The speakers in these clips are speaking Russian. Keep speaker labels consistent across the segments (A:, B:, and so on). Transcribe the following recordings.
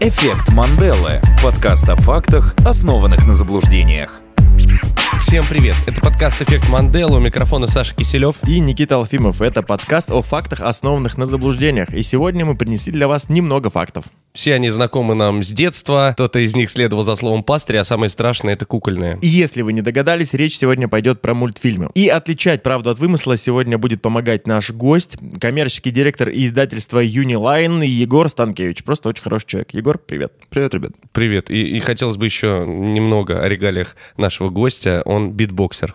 A: «Эффект Манделы» – подкаст о фактах, основанных на заблуждениях.
B: Всем привет! Это подкаст «Эффект Манделы». У микрофона Саша Киселев.
C: и Никита Алфимов. Это подкаст о фактах, основанных на заблуждениях. И сегодня мы принесли для вас немного фактов.
B: Все они знакомы нам с детства. Кто-то из них следовал за словом пастырь, а самое страшное — это кукольное.
C: И если вы не догадались, речь сегодня пойдет про мультфильмы. И отличать правду от вымысла сегодня будет помогать наш гость, коммерческий директор издательства Юнилайн Егор Станкевич. Просто очень хороший человек. Егор, привет.
D: Привет, ребят.
B: Привет. И, и хотелось бы еще немного о регалиях нашего гостя. Он битбоксер.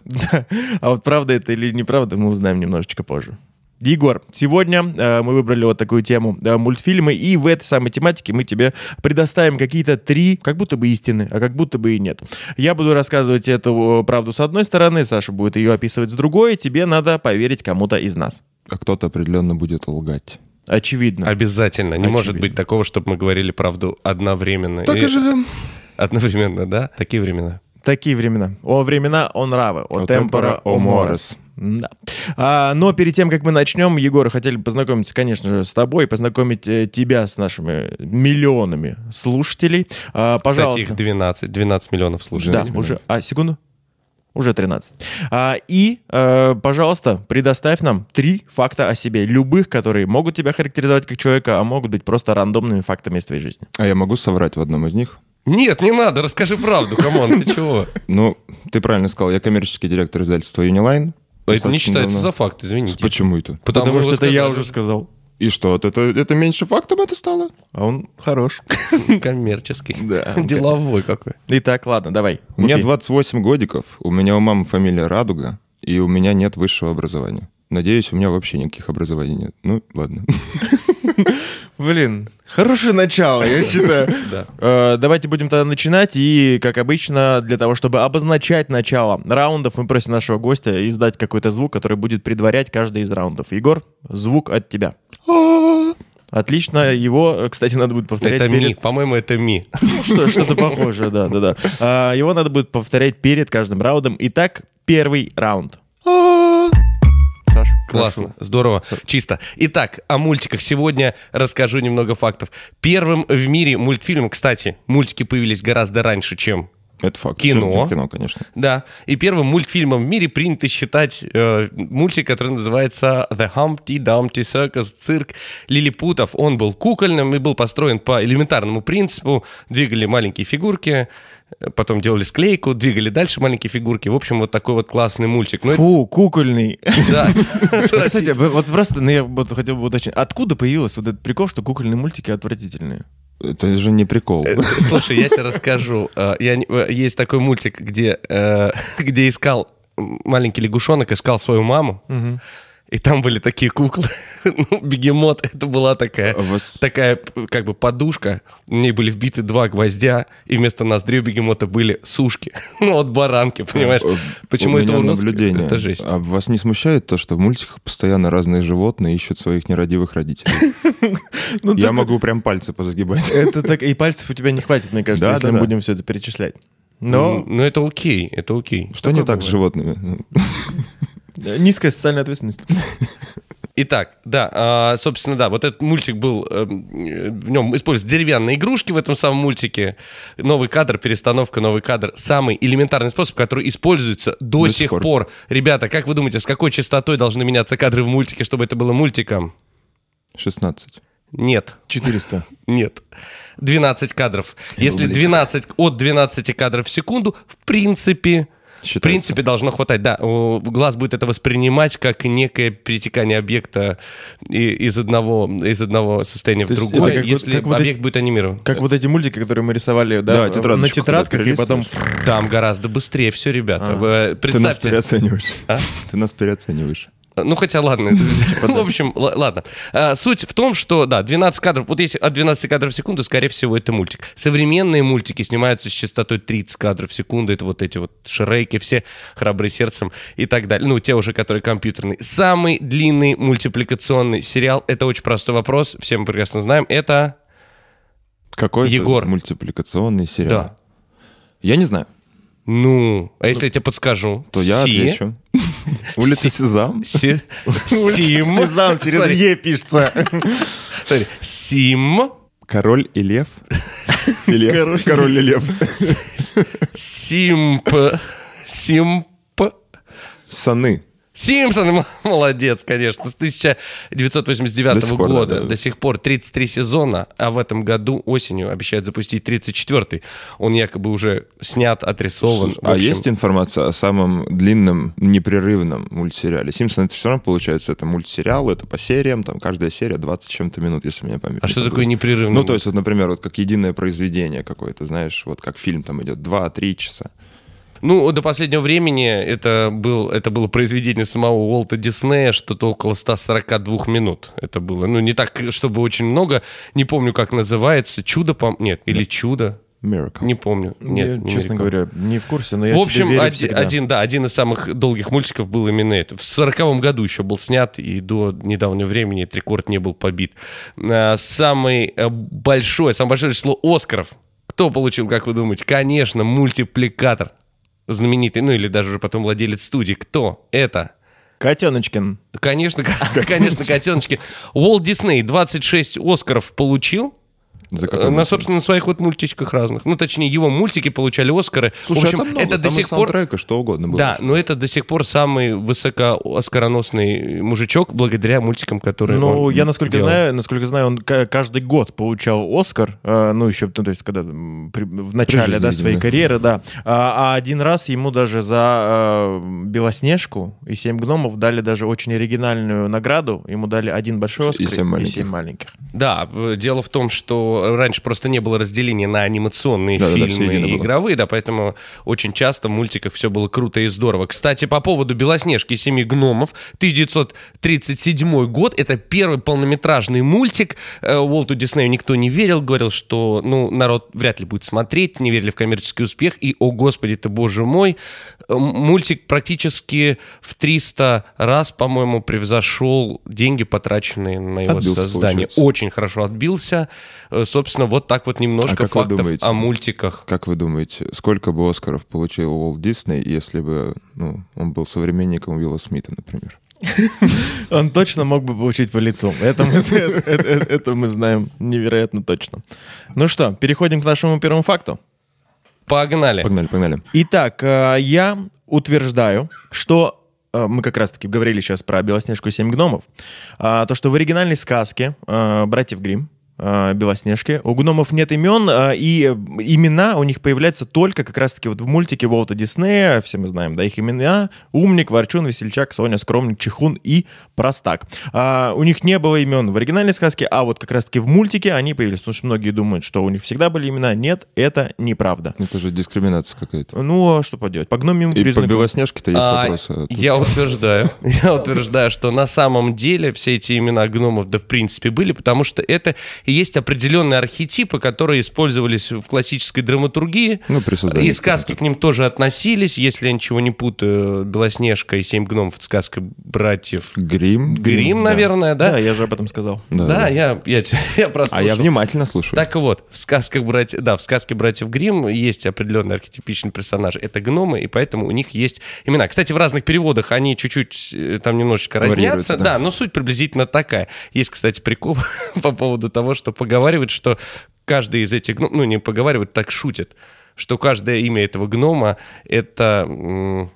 C: А вот правда это или неправда, мы узнаем немножечко позже. Егор, сегодня э, мы выбрали вот такую тему э, мультфильмы, и в этой самой тематике мы тебе предоставим какие-то три, как будто бы истины, а как будто бы и нет. Я буду рассказывать эту э, правду с одной стороны, Саша будет ее описывать с другой, тебе надо поверить кому-то из нас.
D: А кто-то определенно будет лгать.
C: Очевидно.
B: Обязательно. Не может
C: Очевидно.
B: быть такого, чтобы мы говорили правду одновременно.
D: Так
B: И-
D: и живем.
B: Одновременно, да? Такие времена.
C: Такие времена. О времена, он нравы. О
D: О
C: темпора,
D: темпора,
C: о
D: о
C: морес.
D: морес.
C: Да. А, но перед тем, как мы начнем, Егор, хотели бы познакомиться, конечно же, с тобой, познакомить э, тебя с нашими миллионами слушателей. А, пожалуйста.
B: Кстати, их 12. 12 миллионов слушателей.
C: Да, уже. А, секунду. Уже 13. А, и, э, пожалуйста, предоставь нам три факта о себе. Любых, которые могут тебя характеризовать как человека, а могут быть просто рандомными фактами из твоей жизни.
D: А я могу соврать в одном из них?
B: Нет, не надо, расскажи правду, камон, ты чего?
D: Ну, ты правильно сказал, я коммерческий директор издательства Юнилайн.
B: А Это не
D: Достаточно
B: считается
D: давно.
B: за факт, извините.
D: Почему это?
C: Потому,
B: вы
C: что это я
B: сказали.
C: уже сказал.
D: И что, это, это меньше фактом это стало?
C: А он хорош.
B: Коммерческий.
C: Да.
B: Деловой какой.
C: Итак, ладно, давай.
D: У меня
C: Лупи.
D: 28 годиков, у меня у мамы фамилия Радуга, и у меня нет высшего образования. Надеюсь, у меня вообще никаких образований нет. Ну, ладно.
C: Блин, хорошее начало, я считаю.
B: Да.
C: Э, Давайте будем тогда начинать. И, как обычно, для того, чтобы обозначать начало раундов, мы просим нашего гостя издать какой-то звук, который будет предварять каждый из раундов. Егор, звук от тебя. Отлично, его, э, кстати, надо будет повторять
B: Это ми,
C: перед... Ну
B: по-моему, это ми.
C: Что- Что-то похожее, да, да, да. А, Его надо будет повторять перед каждым раундом. Итак, первый раунд. Саш,
B: Классно, здорово, чисто. Итак, о мультиках сегодня расскажу немного фактов. Первым в мире мультфильм, кстати, мультики появились гораздо раньше, чем
D: Это факт.
B: Кино.
D: Всё-таки Кино, конечно.
B: да. И первым мультфильмом в мире принято считать э, мультик, который называется The Humpty Dumpty Circus, цирк лилипутов. Он был кукольным и был построен по элементарному принципу. Двигали маленькие фигурки, э, потом делали склейку, двигали дальше маленькие фигурки. В общем, вот такой вот классный мультик. Ну,
C: Фу, кукольный.
B: да.
C: А, Кстати, вы- вот просто, ну, я вот хотел бы уточнить, откуда появился вот этот прикол, что кукольные мультики отвратительные?
D: Это же не прикол.
B: Э, Слушай, я тебе расскажу. Э, я не- э, есть такой мультик, где, э, где искал м, маленький лягушонок, искал свою маму. И там были такие куклы. Ну, бегемот, это была такая,
D: А вас-
B: такая п- как бы подушка. В ней были вбиты два гвоздя, и вместо ноздрей у бегемота были сушки. Ну, от баранки, понимаешь?
D: Э,
B: Почему
D: у
B: это
D: меня
B: уродски?
D: наблюдение.
B: Это жесть.
D: А вас не смущает то, что в мультиках постоянно разные животные ищут своих нерадивых родителей?
C: Ну,
D: Я
C: так-
D: могу прям пальцы позагибать.
C: Это так, и пальцев у тебя не хватит, мне кажется,
D: Да,
C: если
D: да,
C: мы
D: да.
C: будем все это перечислять.
B: Ну,
C: Но
B: ну, это окей, это окей.
D: Что не
C: такое
D: так с животными? Ну,
C: э, низкая социальная ответственность.
B: Итак, да, а, собственно, да, вот этот мультик был, эм, э, в нем используются деревянные игрушки в этом самом мультике. Новый кадр, перестановка, новый кадр. Самый элементарный способ, который используется до,
D: До сих
B: сих пор.
D: пор.
B: Ребята, как вы думаете, с какой частотой должны меняться кадры в мультике, чтобы это было мультиком?
D: 16.
B: Нет,
C: 400.
B: нет. 12 кадров. Если
D: близко.
B: 12, от 12 кадров в секунду, в принципе... В
D: Считается.
B: принципе, должно хватать, да. О, Глаз будет это воспринимать как некое перетекание объекта и- из одного, из одного состояния в
C: То есть
B: другое,
C: это как вот-
B: если
C: как вот
B: объект будет анимирован.
C: Как вот эти мультики, которые мы рисовали да,
D: Да, тетрадочку
C: на
D: куда-то
C: тетрадках, и потом...
D: перелистываешь.
B: Там гораздо быстрее все,
C: А.
B: ребята. Вы
D: Ты нас
B: представьте.
D: переоцениваешь.
B: А?
D: Ты нас переоцениваешь.
B: Ну, хотя, ладно. В общем, л- ладно. А, Суть в том, что, да, 12 кадров, вот если от 12 кадров в секунду, скорее всего, это мультик. Современные мультики снимаются с частотой 30 кадров в секунду, это вот эти вот Шрейки, все храбрые сердцем и так далее. Ну, те уже, которые компьютерные. Самый длинный мультипликационный сериал, это очень простой вопрос, все мы прекрасно знаем, это...
D: Какой
B: Егор.
D: мультипликационный сериал?
B: Да.
D: Я не знаю.
B: Ну, а если я тебе подскажу?
D: То я
B: Си-
D: отвечу. Улица Сезам.
B: Си- Сим.
C: Сезам через
B: Смотри,
C: Е пишется.
B: смотри. Сим.
D: Король и Лев. И лев. Король и лев.
B: Симп. Симп.
D: Саны.
B: Симпсон, м- молодец, конечно, с 1989
D: До сих пор,
B: года.
D: да, да, да.
B: До сих пор 33 сезона, а в этом году осенью обещают запустить 34-й. Он якобы уже снят, отрисован. В
D: А
B: общем,
D: есть информация о самом длинном, непрерывном мультсериале? Симпсон это все равно получается, это мультсериал, это по сериям, там каждая серия 20 с чем-то минут, если мне память.
B: А
D: не
B: что такое
D: подводит.
B: непрерывный?
D: Ну, то есть, вот, например, вот как единое произведение какое-то, знаешь, вот как фильм там идет 2-3 часа.
B: Ну, до последнего времени это, был, это было произведение самого Уолта Диснея, что-то около 142 минут это было. Ну, не так, чтобы очень много. Не помню, как называется. Чудо, по... нет, или чудо.
D: Miracle.
B: Не помню. Нет,
C: Ну, Я,
B: не
C: честно
B: велико.
C: говоря, не в курсе, но я
B: в
C: тебе
B: общем,
C: верю
B: оди-
C: всегда.
B: один, да, один из самых долгих мультиков был именно это. В сороковом году еще был снят, и до недавнего времени этот рекорд не был побит. А, Самый э, большой, самое большое число Оскаров. Кто получил, как вы думаете? Конечно, мультипликатор. Знаменитый, ну или даже уже потом владелец студии. Кто это?
C: Котеночкин.
B: Конечно, к- конечно, котеночки. Уолт Дисней 26 Оскаров получил.
D: За
B: Э,
D: какой
B: На,
D: мультсериал?
B: собственно, своих вот мультичках разных. Ну, точнее, его мультики получали Оскары.
D: Слушай,
B: в общем,
D: а там много,
B: это до
D: там и
B: сих пор...
D: саундтрека, что угодно было.
B: Да, но это до сих пор самый высокооскароносный мужичок благодаря мультикам, которые
C: Ну,
B: он
C: я насколько
B: делал.
C: знаю, насколько знаю, он к- каждый год получал Оскар, э, ну еще, ну, то есть, когда м, при- в
D: При
C: начале
D: жизни,
C: да, своей
D: видимо.
C: карьеры, да. А, а один раз ему даже за э, Белоснежку и Семь гномов дали даже очень оригинальную награду. Ему дали один большой
D: И
C: Оскар
D: семь маленьких.
C: семь маленьких.
B: Да, э, дело в том, что раньше просто не было разделения на анимационные
D: Да-да-да, всё
B: фильмы
D: едино
B: и
D: было.
B: игровые, да, поэтому очень часто в мультиках все было круто и здорово. Кстати, по поводу «Белоснежки и семи гномов», 1937 год, это первый полнометражный мультик. Э, Уолту Диснею никто не верил, говорил, что, ну, народ вряд ли будет смотреть, не верили в коммерческий успех, и, о господи ты, боже мой, э, м- мультик практически в 300 раз, по-моему, превзошел деньги, потраченные на его
D: Отбился,
B: создание.
D: получается.
B: Очень хорошо отбился. Э, Собственно, вот так вот
D: А
B: немножко
D: как вы
B: фактов
D: думаете?
B: о мультиках.
D: Как вы думаете, сколько бы Оскаров получил Уолт Дисней, если бы ну, он был современником Уилла Смита, например?
C: Он точно мог бы получить по лицу. Это мы, зна- это- это- это мы знаем невероятно точно. Ну что, переходим к нашему первому факту.
B: Погнали.
D: Погнали, погнали.
C: Итак, э, я утверждаю, что э, мы как раз-таки говорили сейчас про Белоснежку и семь гномов, а, то, что в оригинальной сказке э, «Братьев Гримм» э, Белоснежки. У гномов нет имен, э, и э, имена у них появляются только как раз-таки вот в мультике Уолта Диснея, все мы знаем, да, их имена Умник, Ворчун, Весельчак, Соня, Скромник, Чехун и Простак. А, у них не было имен в оригинальной сказке, а вот как раз-таки в мультике они появились, потому что многие думают, что у них всегда были имена. Нет, это неправда.
D: Это же дискриминация какая-то.
C: Ну, а что поделать? По гномим
D: И по
C: признакам.
D: Белоснежке-то есть
B: А,
D: вопросы. а тут-
B: Я утверждаю, я утверждаю, что на самом деле все эти имена гномов, да в принципе, были, потому что это и есть определенные архетипы, которые использовались в классической драматургии.
D: Ну, при создании
B: И сказки к ним тоже относились, если я ничего не путаю, «Белоснежка» и «Семь гномов» — это сказка братьев
D: Грим.
B: Грим, наверное,
C: Да?
B: да?
C: я же об этом сказал.
D: Да, да.
B: я, я, те- я
D: А я
B: прослушал.
D: внимательно слушаю.
B: Так вот, в сказках братьев, да, в сказке братьев Гримм есть определенный архетипичный персонаж. Это гномы, и поэтому у них есть имена. Кстати, в разных переводах они чуть-чуть э, там немножечко
D: Варьируются,
B: разнятся. Да.
D: да.
B: но суть приблизительно такая. Есть, кстати, прикол по поводу того, что поговаривают, что каждый из этих гномов, ну не поговаривают, так шутят, что каждое имя этого гнома это м,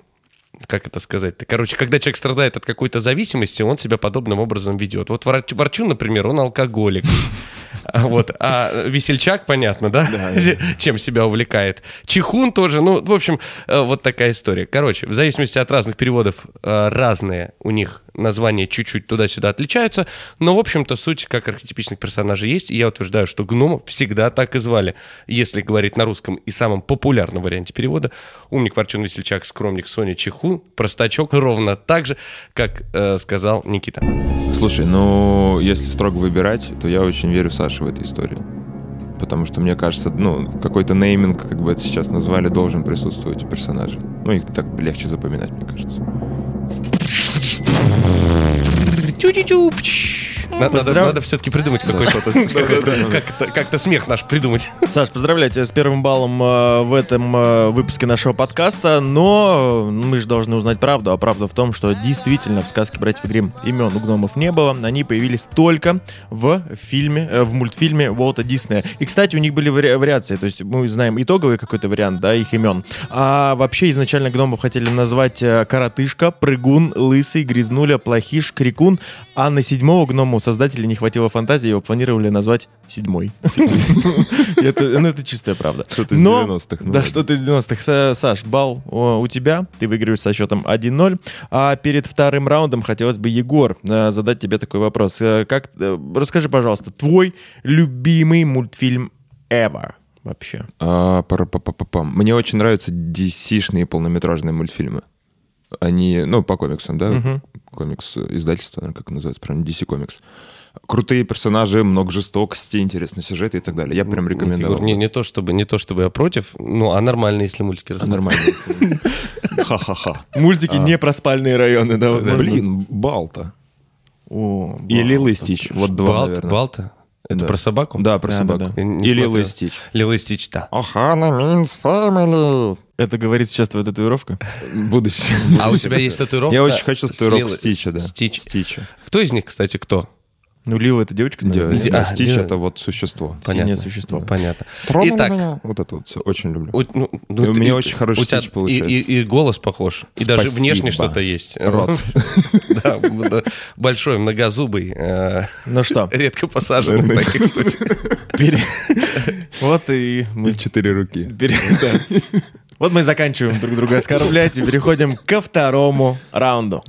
B: как это сказать-то? Короче, когда человек страдает от какой-то зависимости, он себя подобным образом ведет. Вот Ворчу, Ворчун, например, он алкоголик. А Вот. А весельчак, понятно, да? Чем себя увлекает. Чехун тоже. Ну, в общем, э, вот такая история. Короче, в зависимости от разных переводов, э, разные у них названия чуть-чуть туда-сюда отличаются. Но, в общем-то, суть как архетипичных персонажей есть. И я утверждаю, что гномов всегда так и звали. Если говорить на русском и самом популярном варианте перевода, умник, ворчун, весельчак, скромник, Соня, чехун, простачок, ровно так же, как э, сказал Никита.
D: Слушай, ну, если строго выбирать, то я очень верю Саше в этой истории. Потому что, мне кажется, ну, какой-то нейминг, как бы это сейчас назвали, должен присутствовать у персонажей. Ну, их так легче запоминать, мне кажется.
B: На- Надо,
C: Поздрав-
B: все-таки придумать какой-то... как-то- Как-то смех наш придумать.
C: Саш, поздравляю тебя с первым баллом э, в этом э, выпуске нашего подкаста, но э, мы же должны узнать правду, а правда в том, что действительно в сказке «Братьев Гримм» имен у гномов не было, они появились только в фильме, э, в мультфильме Уолта Диснея. И, кстати, у них были вари- вариации, то есть мы знаем итоговый какой-то вариант, да, их имен. А вообще изначально гномов хотели назвать э, Коротышка, Прыгун, Лысый, Грязнуля, Плохиш, Крикун, а на седьмого гному создателей не хватило фантазии, его планировали назвать Седьмой. Это, ну, это чистая правда.
D: Что-то из
C: Но-
D: 90-х, ну
C: да,
D: ладно.
C: что-то из 90-х. Са- Саш, балл о, у тебя. Ты выигрываешь со счетом 1-0. А перед вторым раундом хотелось бы, Егор, э, задать тебе такой вопрос. Э, Как, э, расскажи, пожалуйста, твой любимый мультфильм ever вообще?
D: А, пара-па-па-па-пам. Мне очень нравятся DC-шные полнометражные мультфильмы. Они, ну, по комиксам, да? Комикс э, издательство, наверное, как называется, прям DC комикс. Крутые персонажи, много жестокости, интересный сюжет и так далее. Я прям рекомендовал.
B: Не, не то чтобы, не то чтобы я против, ну, а нормально, если мультики
D: А,
B: рассмотреть.
D: Нормально. Ха-ха-ха. А.
C: Мультики не про спальные районы, да? вот это.
D: Блин, Балта.
C: О, балл.
D: И Лилы Стич. Вот два,
B: Балт-
D: наверное.
B: Балта? Это
D: Да.
B: про собаку?
D: Да, про
C: Да,
D: собаку.
C: да,
B: да. Не
D: И Лилы
B: смотрел.
D: Стич.
B: Лило и Стич, да.
D: Охана Минс Фэмили.
C: Это говорит сейчас твоя татуировка?
D: Будущее.
B: А у тебя есть татуировка?
D: Я очень хочу
B: с
D: татуировку
B: Лилой-
D: Стича, да.
B: Стич.
D: Стича.
B: Кто из них, кстати, кто?
C: Ну, Лила это девочка, наверное.
B: Де-
D: Да,
B: а,
D: Стич
B: я-
D: это вот существо.
C: Синее существо.
B: Понятно.
D: Итак,
B: Итак,
D: вот это вот все очень люблю.
B: у, ну, ну,
D: У
B: ты-
D: меня очень хороший
B: у тебя
D: Стич
B: и-
D: получается.
B: И, и голос похож. И даже
D: Спасибо.
B: внешне что-то есть.
D: Рот.
B: Да, да, большой, многозубый. э,
C: Ну что,
B: Редко посажен в таких случаях.
C: пере- вот и мы
D: И четыре руки.
C: Пере- да. Вот мы и заканчиваем друг друга оскорблять и переходим ко второму раунду.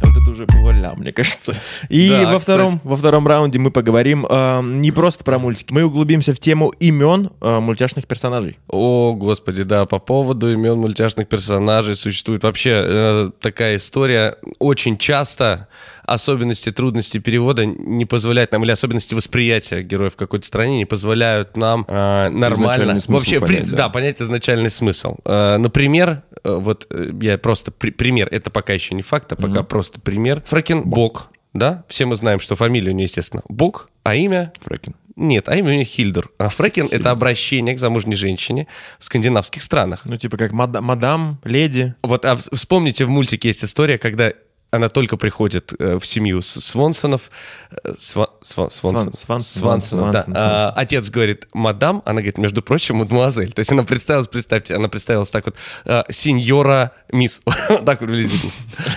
C: Вот это уже было ля, мне кажется. И
B: Да,
C: во, втором, во втором раунде мы поговорим э, не просто про мультики, мы углубимся в тему имен э, мультяшных персонажей.
B: О, господи, да, по поводу имен мультяшных персонажей существует вообще э, такая история. Очень часто особенности, трудности перевода не позволяют нам, или особенности восприятия героев в какой-то стране не позволяют нам э, нормально...
D: Изначальный смысл
B: Вообще, в
D: понять,
B: принципе,
D: да.
B: да, понять изначальный смысл. Э, например, э, вот э, я просто... при- пример, это пока еще не факт, а пока просто пример. Фрекен Бог, да? Все мы знаем, что фамилия у нее, естественно, Бог, а имя
D: Фрекин.
B: нет, а имя у них Хильдер. А фрекен — это обращение к замужней женщине в скандинавских странах.
C: Ну, типа как мада- мадам, леди.
B: Вот а вс- вспомните, в мультике есть история, когда она только приходит э, в семью с- Свонсонов. э, Сва- Сва- Свонсон-
C: Сван- Свансон,
B: Свансонов, да.
C: Свансон,
B: А, отец говорит «мадам», она говорит, между прочим, «мадемуазель». То есть она представилась, представьте, она представилась так вот э, «сеньора мисс». Так приблизительно.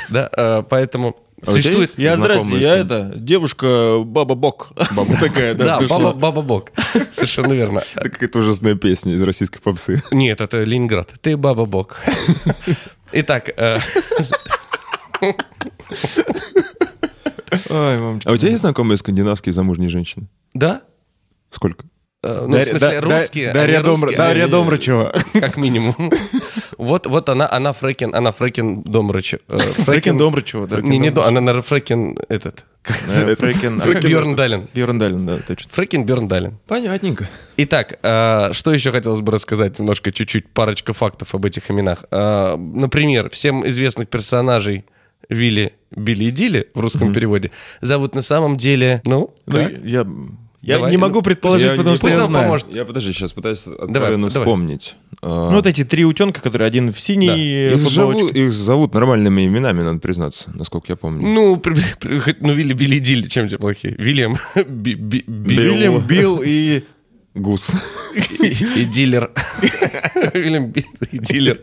B: Да, э, поэтому...
D: у тебя
B: Существует,
D: есть Я, знакомые здрасте, я с ним.
C: это, девушка Баба Бок. Баба такая,
D: э,
B: да, баба, баба Бог. Совершенно верно.
D: Это какая-то ужасная песня из российской попсы.
B: Нет, это Ленинград. Ты баба Бог. Итак, э,
D: А у тебя есть знакомые скандинавские замужние женщины?
B: да?
D: Сколько?
B: Э, Ну, в смысле, русские.
C: Дарья
B: они русские,
C: Дарья
B: они-
C: Домрачева.
B: Как минимум. Вот, вот она, она Фрекин, она Фрекин Домрачев. э,
C: Фрекен Домрачева, да.
B: Не, не, До- она, наверное, Фрекин этот.
C: э,
B: А
C: Фрекен...
B: Бьерн Далин.
C: Бьерн Далин, да, точно.
B: Фрекин Бьерн Далин.
D: Понятненько.
B: Итак, э, что еще хотелось бы рассказать немножко, чуть-чуть, парочка фактов об этих именах. Э, Например, всем известных персонажей Вилли, Билли и Дилли в русском переводе зовут на самом деле, ну,
C: Ну,
B: как?
C: я, я
B: Давай,
C: не
B: ну,
C: могу предположить,
D: я
C: потому
D: не
C: что я
B: пусть нам
C: знаю.
B: поможет.
D: Я подожди, сейчас пытаюсь
B: Давай, давай.
D: откровенно вспомнить. А,
C: Ну, вот эти три утенка, которые один в
B: Да.
C: синий
D: их,
C: футболочке.
D: зову- их зовут нормальными именами, надо признаться, насколько я помню.
B: Ну, при- при- хоть- ну, Вилли, Билли, Дилли, чем тебе плохие? Вильям, Би- Би- Би-
D: Билл.
C: Вильям, Билл и...
D: Гус.
B: и дилер. Вильям, Би- и дилер.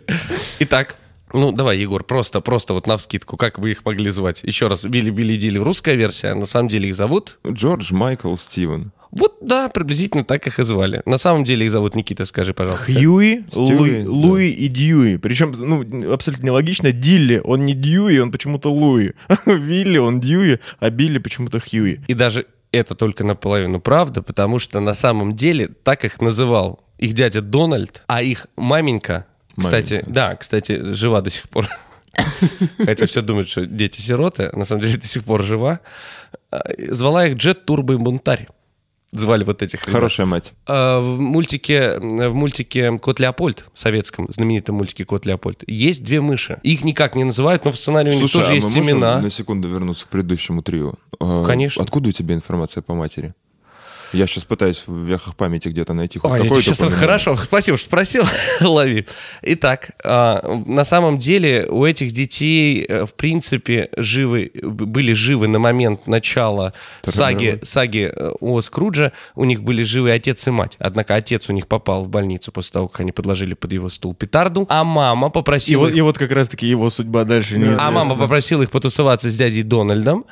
B: Итак, ну, давай, Егор, просто, просто вот навскидку, как бы их могли звать? Еще раз, Билли, Билли, Дилли, русская версия, на самом деле их зовут?
D: Джордж Майкл Стивен.
B: Вот, да, приблизительно так их и звали. На самом деле их зовут Никита, скажи, пожалуйста.
C: Хьюи,
D: Стюи,
C: Луи,
D: да.
C: Луи и Дьюи. Причем, ну, абсолютно нелогично, Дилли, он не Дьюи, он почему-то Луи. Вилли, он Дьюи, а Билли почему-то Хьюи.
B: И даже это только наполовину правда, потому что на самом деле так их называл их дядя Дональд, а их маменька, кстати,
D: Маменька.
B: да, кстати, жива до сих пор. Хотя все думают, что А, дети сироты, на самом деле до сих пор жива. А, Звала их Джет Турбо и Бунтарь. звали вот этих ребят?
D: Хорошая мать.
B: А, В мультике, в мультике «Кот Леопольд», советском, знаменитом мультике «Кот Леопольд», есть две мыши. Их никак не называют, но в сценарии у них
D: Слушай,
B: тоже
D: а мы
B: есть
D: можем
B: имена.
D: на секунду вернуться к предыдущему трио? А,
B: Конечно.
D: Откуда у тебя информация по матери? Я сейчас пытаюсь в вехах памяти где-то найти.
C: Типа,
D: хоть
B: Ой, я
D: какое-то
B: тебе сейчас-
D: упоминание.
B: хорошо, спасибо, что спросил, лови. Итак, а, на самом деле у этих детей, э, в принципе, живы, б- были живы на момент начала саги,
D: Торнадо.
B: саги э, о Скрудже, у них были живы отец и мать. Однако отец у них попал в больницу после того, как они подложили под его стул петарду, а мама
C: И
B: попросила...
C: вот, и вот как раз-таки его судьба дальше не
B: А мама попросила их потусоваться с дядей Дональдом,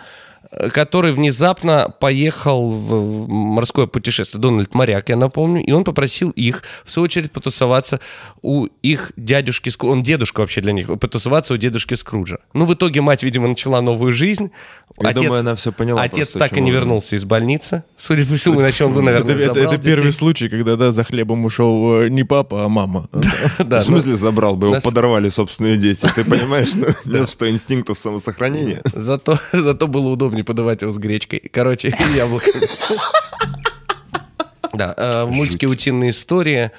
B: э, который внезапно поехал в в морское путешествие. Дональд моряк, я напомню. И он попросил их, в свою очередь, потусоваться у их дядюшки Скру- Он дедушка вообще для них. Потусоваться у дедушки Скруджа. Ну, в итоге мать, видимо, начала новую жизнь.
D: Я думаю, она всё поняла
B: Отец
D: просто,
B: так и
D: чему
B: не
D: он-
B: вернулся из больницы. Судя по всему, иначе он бы,
C: Это,
B: наверное,
C: это-
B: забрал
C: это первый
B: детей.
C: случай, когда, да, за хлебом ушел э, не папа, а мама.
B: Да,
D: в
B: ну,
D: смысле забрал бы, его
B: нас-
D: подорвали собственные дети. Ты понимаешь, ну, нет что инстинктов самосохранения?
B: Зато, зато было удобнее подавать его с гречкой. Короче, и яблоками. Да, э, в мультике «Утиные истории»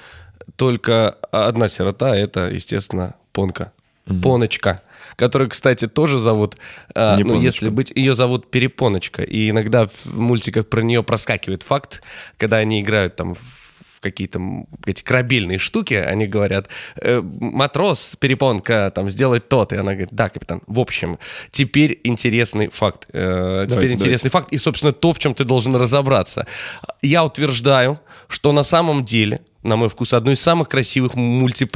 B: только одна сирота, это, естественно, Понка. Поночка, которую, кстати, тоже зовут, э,
D: Не
B: ну,
D: Поночка.
B: если быть, ее зовут Перепоночка. И иногда в мультиках про нее проскакивает факт, когда они играют там в в какие-то м, эти корабельные штуки, они говорят, «Э, матрос, перепонка, там, сделать то-то. И она говорит, да, капитан. В общем, теперь интересный факт. Э, теперь
D: Давайте,
B: интересный факт. И, собственно, то, в чем ты должен разобраться. Я утверждаю, что на самом деле, на мой вкус, одно из самых красивых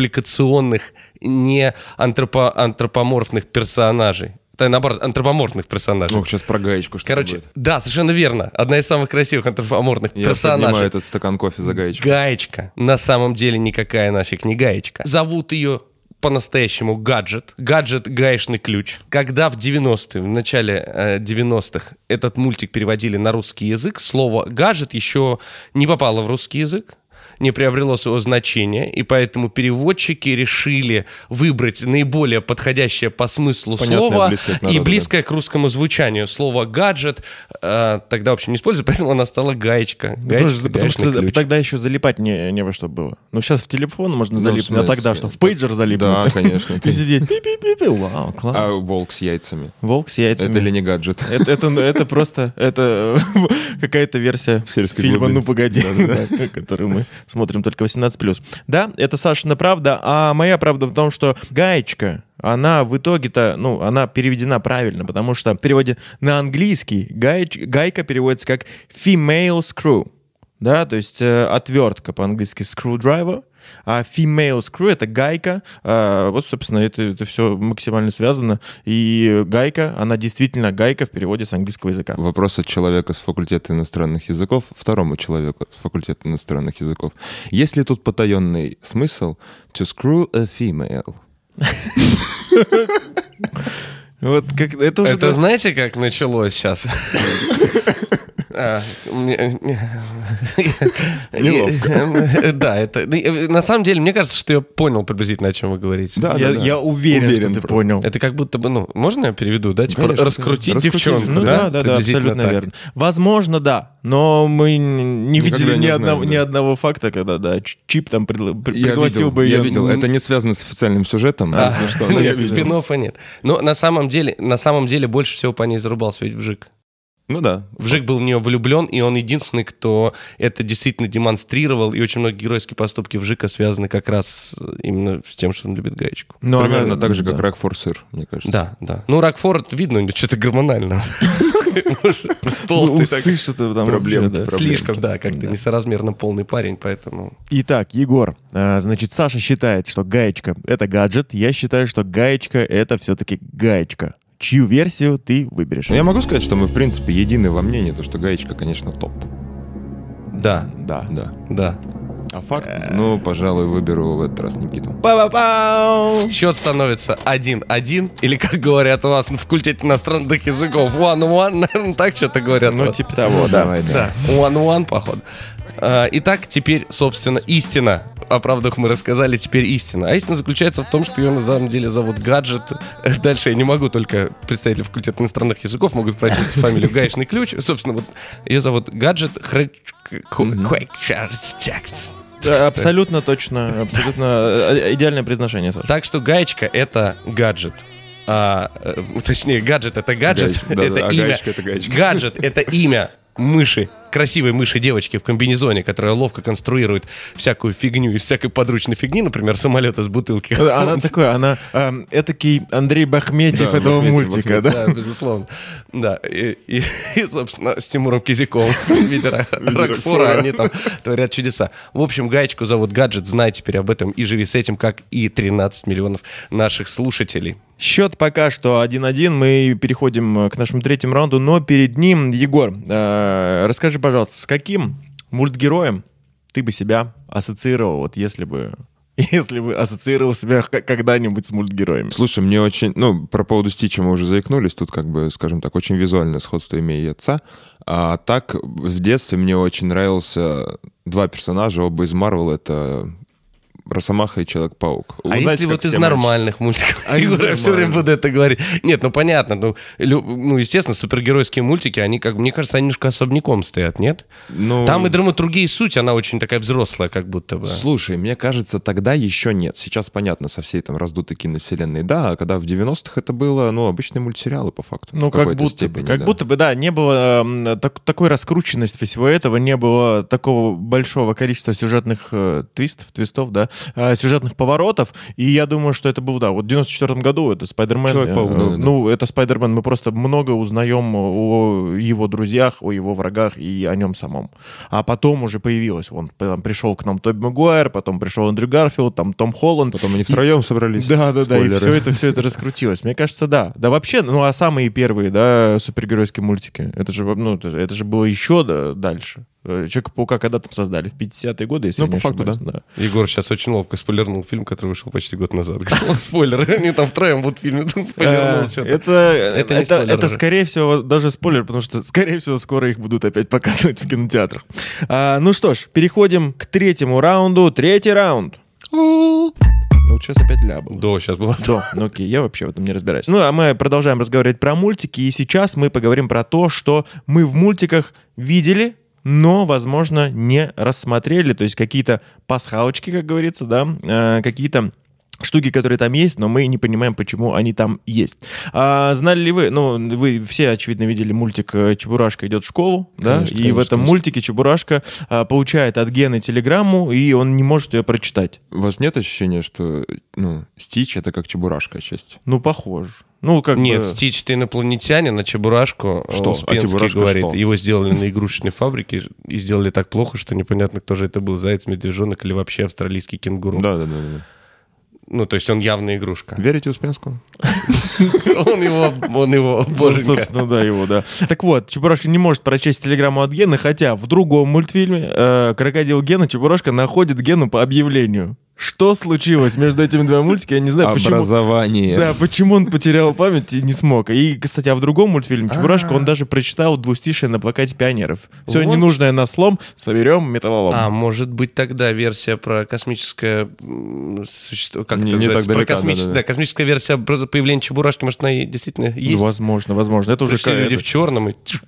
B: мультипликационных, не антропо- антропоморфных персонажей. Да, наоборот, антропоморфных персонажей.
D: Ох, сейчас про гаечку что
B: Короче, да, совершенно верно. Одна из самых красивых антропоморфных
D: я поднимаю
B: персонажей.
D: этот стакан кофе за гаечку.
B: Гаечка. На самом деле никакая нафиг не гаечка. Зовут ее по-настоящему гаджет. Гаджет гаечный ключ. Когда в 90-е, в начале э, 90-х этот мультик переводили на русский язык, слово гаджет еще не попало в русский язык не приобрело своего значения, и поэтому переводчики решили выбрать наиболее подходящее по смыслу
D: Понятное,
B: слово
D: близкое к
B: и
D: народу, да.
B: близкое к русскому звучанию. Слово «гаджет» э, тогда, в общем, не используется, поэтому она стала гаечка.
C: Ну, тоже
B: Гаечка,
C: за- потому что
B: гаечный ключ.
C: тогда еще залипать не, не во что было. Ну, сейчас в телефон можно
D: Ну, в
C: залипнуть, а
D: смысле?
C: тогда что, в пейджер залипнуть?
D: Да, конечно,
C: Ты
D: ты-
C: сидеть, пи-пи-пи-пи, вау,
D: А
C: класс.
D: волк с яйцами?
C: Волк с яйцами.
D: Это или не гаджет?
C: Это, это, это просто это э, какая-то версия
D: Сельской
C: фильма
D: глубины.
C: «Ну, погоди», да, который мы смотрим только 18+. Да, это Сашина правда, а моя правда в том, что «Гаечка», она в итоге-то, ну, она переведена правильно, потому что в переводе на английский гаеч- «гайка» переводится как «female screw», да, то есть э, отвертка по-английски «screwdriver», а female screw — это гайка. А, вот, собственно, это, это все максимально связано. И гайка, она действительно гайка в переводе с английского языка.
D: Вопрос от человека с факультета иностранных языков, второму человеку с факультета иностранных языков. Есть ли тут потаенный смысл to screw a female?
C: Вот как, это уже...
B: Это знаете, как началось сейчас? А, мне- мне-
D: Неловко.
B: Да, это... ну, э, На самом деле, мне кажется, что я понял приблизительно, о чем вы говорите.
D: Да,
C: я,
D: да, да.
C: я уверен,
D: Уверен
C: что ты
D: просто.
C: понял.
B: Это как будто бы, ну, можно я переведу, да? Типа
D: Конечно,
B: раскрутить
D: конечно.
B: девчонку,
D: Раскрутить,
C: Ну да,
B: да?
C: да, да,
B: Приблизительно
C: абсолютно
B: так.
C: верно. Возможно, да, но мы н- не
D: Никогда
C: видели
D: не
C: ни,
D: узнаем,
C: одного,
D: да.
C: ни одного факта, когда, да, Ч- Чип там пригла- при-
D: Я
C: пригласил
D: видел,
C: бы
D: я
C: ее.
D: видел. Это не связано с официальным сюжетом.
B: А,
D: если что.
B: ну,
D: Я
B: нет,
D: видел.
B: спин-оффа нет. Но на самом деле, на самом деле больше всего по ней зарубался ведь Вжик.
D: Ну да.
B: Вжик был в нее влюблен, и он единственный, кто это действительно демонстрировал, и очень многие геройские поступки Вжика связаны как раз именно с тем, что он любит гаечку.
C: Но Ну, она-
D: Примерно так же, как
C: да.
D: Ракфор сыр, мне кажется.
B: Да, да. Ну, Рокфорд, видно, у него что-то гормонально.
C: Ну,
B: Толстый
C: усы что-то там
D: проблемки,
C: вообще, да.
D: проблемки.
B: Слишком, да, как-то несоразмерно полный парень, поэтому...
C: Итак, Егор, э, значит, Саша считает, что гаечка — это гаджет. Я считаю, что гаечка — это все-таки гаечка. Чью версию ты выберешь?
D: Но Я могу сказать, что мы, в принципе, едины во мнении, то, что гаечка, конечно, топ.
B: Да,
C: Да.
D: Да.
B: да.
D: А факт? Ну, пожалуй, выберу в этот раз Никиту.
C: Па-па-пау!
B: Счет становится 1-1, или, как говорят у вас на факультете иностранных языков, one-one, наверное, так что-то говорят.
C: Ну,
B: Вот.
C: типа того, да.
B: Да, one-one, походу. А, Итак, теперь, собственно, истина. о правдах мы рассказали, теперь истина. А истина заключается в том, что ее на самом деле зовут Гаджет. Дальше я не могу, только представители факультета иностранных языков могут прочесть фамилию Гаечный ключ. Собственно, вот ее зовут Гаджет Хрэчквэкчарджекс.
C: Да, Абсолютно точно, абсолютно э, идеальное произношение, Саша.
B: Так что гаечка — это гаджет. А, э, точнее, гаджет — это гаджет.
D: Гаечка, да-да,
B: это
D: а
B: имя.
D: гаечка это гаечка.
B: Гаджет — это имя мыши, красивой мыши девочки в комбинезоне, которая ловко конструирует всякую фигню из всякой подручной фигни, например, самолет из бутылки.
C: Она такой, Ну, она эм, этакий Андрей Бахметьев
D: Да,
C: этого
D: Бахметьев,
C: мультика,
D: Бахметьев.
C: да?
B: Да, безусловно. Да, и, и- и, собственно, с Тимуром Кизяком, лидера Рокфора, они там творят чудеса. В общем, гаечку зовут Гаджет, знай теперь об этом и живи с этим, как и 13 миллионов наших слушателей.
C: Счет пока что 1-1. Мы переходим э, к нашему третьему раунду, но перед ним, Егор, э, расскажи, пожалуйста, с каким мультгероем ты бы себя ассоциировал, вот если бы если бы ассоциировал себя к- когда-нибудь с мультгероями?
D: Слушай, мне очень... Ну, про поводу Стича мы уже заикнулись. Тут, как бы, скажем так, очень визуальное сходство имея и отца. А так, в детстве мне очень нравился два персонажа, оба из Марвел. Это Росомаха и Человек-паук.
B: А если вот из нормальных мультиков?
D: А из
B: Егор, все время
D: нормальных.
B: буду это говорить. Нет, ну понятно. Ну, лю- ну, естественно, супергеройские мультики, они, как мне кажется, они немножко особняком стоят, нет?
D: Ну,
B: Там и драматургия, и суть, она очень такая взрослая, как будто бы.
D: Слушай, мне кажется, тогда еще нет. Сейчас понятно, со всей там раздутой киновселенной, да, а когда в 90-х это было, ну, обычные мультсериалы, по факту.
C: Ну,
D: в
C: как
D: какой-то
C: будто
D: степени,
C: бы. Как
D: да.
C: будто бы, да, не было эм, так- такой раскрученности всего этого, не было такого большого количества сюжетных э, твистов, твистов, да, э, сюжетных поворотов. И я думаю, что это был, да, вот в 94 году это Спайдермен.
D: Человек-паук,
C: э,
D: да, да, да.
C: Ну, это Спайдермен, мы просто много узнаем о его друзьях, о его врагах и о нем самом. А потом уже появилось, он там пришел к нам Тоби Магуайр, потом пришел Эндрю Гарфилд, там Том Холланд.
D: Потом они втроем собрались.
C: Да, да, да, и
D: Спойлеры.
C: все это, все это раскрутилось. Мне кажется, да. Да вообще, ну а самые первые, да, супергеройские мультики, это же, ну, это, это же было еще да, дальше. Э, Человека-паука когда там создали? В 50-е годы, если
D: Ну,
C: я не
D: по факту,
C: ошибаюсь,
B: Егор сейчас очень ловко спойлернул фильм, который вышел почти год назад. Спойлер, они там втроем будут в фильме.
C: Э,
D: А,
B: Спойлернул
C: Это,
B: что-то.
C: это,
B: не
C: это,
B: спойлер уже.
C: скорее всего, даже спойлер, потому что, скорее всего, скоро их будут опять показывать в кинотеатрах. А, ну что ж, переходим к третьему раунду. Третий раунд. Ну, вот сейчас опять ляба.
B: Да, сейчас было.
C: Да, ну окей, я вообще в этом не разбираюсь. Ну, а мы продолжаем разговаривать про мультики, и сейчас мы поговорим про то, что мы в мультиках видели, но, возможно, не рассмотрели, то есть какие-то пасхалочки, как говорится, да, э, какие-то штуки, которые там есть, но мы не понимаем, почему они там есть. А, знали ли вы, ну, вы все, очевидно, видели мультик э, «Чебурашка идет в школу», да,
D: Конечно,
C: и в
D: конечно,
C: этом
D: конечно.
C: мультике Чебурашка э, получает от Гены телеграмму, и он не может ее прочитать.
D: У вас нет ощущения, что ну, Стич это как чебурашка отчасти?
C: Ну, похоже. Ну, как
B: Нет,
C: бы...
B: Стич ты инопланетянин, на Чебурашку
D: типа,
B: э,
D: Что? А
B: Успенский
D: Чебурашка
B: говорит.
D: что?
B: Его сделали на игрушечной фабрике и сделали так плохо, что непонятно, кто же это был, заяц, медвежонок или вообще австралийский кенгуру.
D: Да, да, да, да.
B: Ну, то есть он явно игрушка.
D: Верите Успенскому?
B: Он его, он его,
C: Ну,
B: боженька.
C: собственно, да, его, да. Так вот, Чебурашка не может прочесть телеграмму от Гены, хотя в другом мультфильме э, крокодил Гена Чебурашка находит Гену по объявлению. Что случилось между этими двумя мультиками, я не знаю, почему...
D: Образование.
C: Да, почему он потерял память и не смог. И, кстати, а в другом мультфильме Чебурашка, он даже прочитал двустишие на плакате пионеров. Все
B: А. Вот.
C: ненужное на слом, соберем металлолом.
B: А, может быть, тогда версия про космическое м, существо, как
D: Не-
B: это
D: не так
B: называется? про
D: далека,
B: космическое, да,
D: да-да-да.
B: космическая версия про появления Чебурашки, может, она и действительно
C: Ну,
B: есть.
C: возможно, возможно. Это уже
B: Пришли люди в
C: какая-то-
B: черном и... тьф,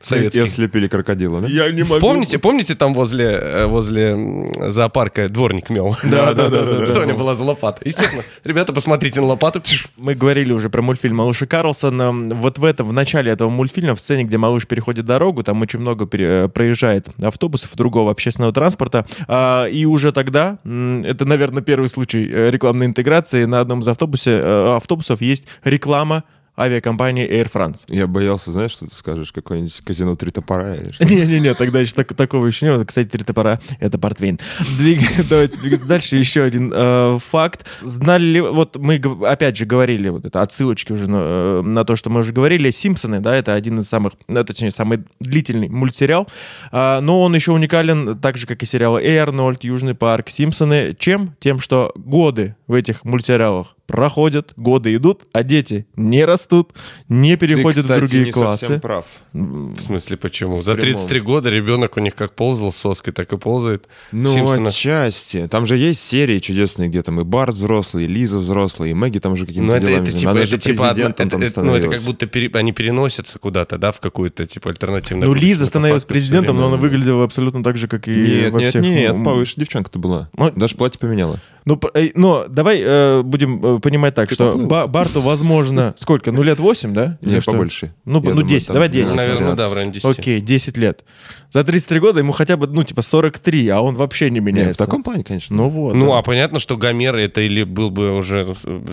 D: И
B: Советский.
D: ослепили крокодила, да?
C: Я не могу.
B: Помните, помните там возле, э, возле м, зоопарка дворник мел?
C: Да, да, да, да, да.
B: Что у него была за лопата? Естественно, ребята, посмотрите на лопату. Тьф.
C: Мы говорили уже про мультфильм «Малыш и Карлсон». Эм, Вот в этом, в начале этого мультфильма, в сцене, где малыш переходит дорогу, там очень много пере- э, проезжает автобусов и другого общественного транспорта. А, И уже тогда, м, это, наверное, первый случай э, рекламной интеграции, на одном из автобусе, э, автобусов есть реклама авиакомпании Air France.
D: Я боялся, знаешь, что ты скажешь, какое-нибудь казино «Три топора» или что?
C: Не-не-не, тогда еще так- такого еще не было. Кстати, три топора — это портвейн. Двиг- Давайте двигаться дальше. Еще один э, факт. Знали ли... Вот мы, гов- опять же, говорили, вот это отсылочки уже на, э, на то, что мы уже говорили. «Симпсоны», да, это один из самых, ну, точнее, самый длительный мультсериал. А, но он еще уникален, так же, как и сериалы «Эй, Арнольд», «Южный парк», «Симпсоны». Чем? Тем, что годы в этих мультсериалах проходят, годы идут, а дети не растут, не переходят
D: Ты, кстати,
C: в другие
D: не
C: классы.
D: совсем прав.
B: В смысле, почему? За
D: прямом.
B: 33 года ребенок у них как ползал соской, так и ползает.
D: Ну,
B: В «Симпсонах».
D: отчасти. Там же есть серии чудесные, где там и Бар взрослый, и Лиза взрослый, и Мэгги там же каким-то
B: Ну, это,
D: делами
B: это
D: занималась.
B: типа,
D: Она
B: это,
D: же
B: типа одно-
D: президентом
B: это-
D: там
B: это- ну, это как
D: становилась.
B: будто пере- они переносятся куда-то, да, в какую-то, типа, альтернативную...
C: Ну,
B: будущее,
C: Лиза
B: по
C: становилась
B: факту, всё
C: президентом,
B: время.
C: но она выглядела абсолютно так же, как и
D: Нет,
C: во
D: нет,
C: всех.
D: нет,
C: м,
D: повыше девчонка-то была.
C: Ну,
D: Даже платье поменяла.
C: Ну, п- э, но давай э, будем э, понимать так,
D: Ты
C: что
D: поплыл?
C: ба- Барту, возможно, сколько? Ну, лет 8, да? Или
D: Нет,
C: что?
D: побольше.
C: Ну, ну,
D: Я думаю,
C: 10,
D: там
C: давай 10.
D: 12.
B: Наверное, да, в районе 10.
C: Окей, 10 лет. За 33 года ему хотя бы, ну, типа 43, а он вообще не меняется.
D: Нет, в таком плане, конечно.
C: Ну вот.
B: Ну,
C: да.
B: а понятно, что Гомер это или был бы уже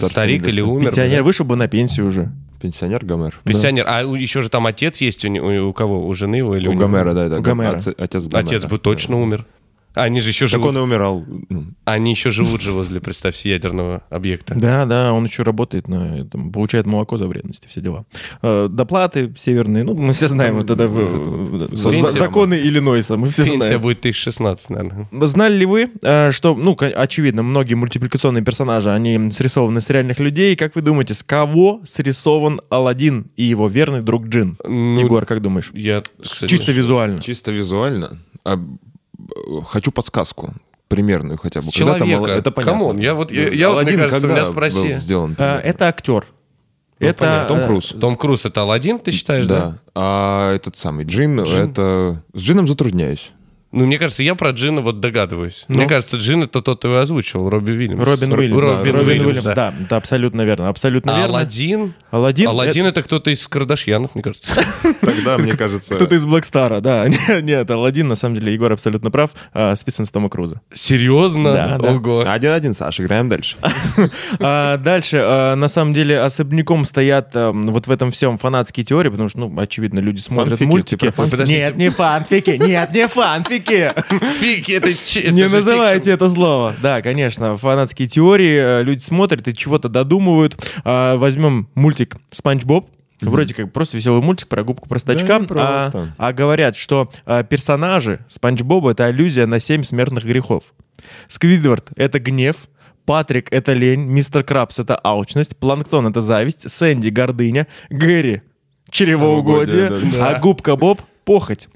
B: старик, или
D: небесный.
B: умер.
C: Пенсионер
B: да?
C: вышел бы на пенсию уже.
D: Пенсионер Гомер.
B: Пенсионер. А еще же там отец есть у, не- у- у кого? У жены его или
D: У
B: него?
D: Гомера, да, да.
C: У Гомера.
D: отце- Отец Гомера.
B: Отец бы точно умер. Они же еще
D: Так
B: живут.
D: он и умирал. Ну,
B: Они еще живут же возле, представьте, ядерного объекта.
C: Да, да, он еще работает на этом, получает молоко за вредности, все дела. Э, доплаты северные, ну, мы все знаем, вот это вы- за-
D: Пенсия.
C: законы Иллинойса, мы все
B: Пенсия
C: знаем.
B: будет 1016, наверное.
C: Знали ли вы, э, что, ну, ко- очевидно, многие мультипликационные персонажи, они срисованы с реальных людей. Как вы думаете, с кого срисован Алладин и его верный друг Джин?
B: Ну,
C: Егор, как думаешь?
B: Я, кстати,
C: Чисто визуально. Э,
D: Чисто визуально. а, б- Хочу подсказку. Примерную хотя бы.
B: С
D: Когда там
B: человека.
D: Алла- Это понятно.
B: Камон, я вот- я- я вот, мне
D: Аладдин
B: кажется,
D: когда
B: меня спроси.
D: был сделан?
C: Э, Это актер. Это
D: понятно. Том
C: э,
D: Круз.
B: Том Круз это Алладин, ты считаешь, да?
D: Да. А этот самый Джин, это... С Джином затрудняюсь.
B: Ну, мне кажется, я про Джина вот догадываюсь. Мне кажется, Джин это тот, кто его озвучивал, Робби Уильямс.
C: Робин
B: Р-
C: Уильямс.
B: Робин,
C: да,
B: Уильямс, да.
C: да. да, абсолютно верно, абсолютно
B: А
C: верно.
B: Алладин?
C: Аладдин,
B: Алладин это кто-то из Кардашьянов, мне кажется.
D: Тогда, мне кажется...
C: Кто-то из Блэкстара, да. Нет, Нет, Алладин, на самом деле, Егор абсолютно прав, а, списан с Тома Круза. Да,
B: Серьезно?
C: да.
B: Ого.
D: Один-один, Саш, играем дальше.
C: А дальше, а, на самом деле, особняком стоят эм, вот в этом всем фанатские теории, потому что, ну, очевидно, люди смотрят
D: Фанфики,
C: мультики.
D: типа фанфики.
C: Нет, не фанфики, нет, не фанфики.
B: Фиг, это че- это
C: Не
B: же фикшн.
C: называйте это слово. Да, конечно, фанатские теории, э, люди смотрят и чего-то додумывают. А, Возьмем мультик «Спанч Боб». Вроде как просто веселый мультик про губку простачка.
D: Да, не
C: а,
D: просто.
C: а говорят, что а, персонажи Спанч Боба это аллюзия на семь смертных грехов. Сквидвард это гнев, Патрик это лень, Мистер Крабс это алчность, Планктон это зависть, Сэнди гордыня, Гэри чревоугодие,
D: Чревоугодие, да.
C: а губка Боб похоть.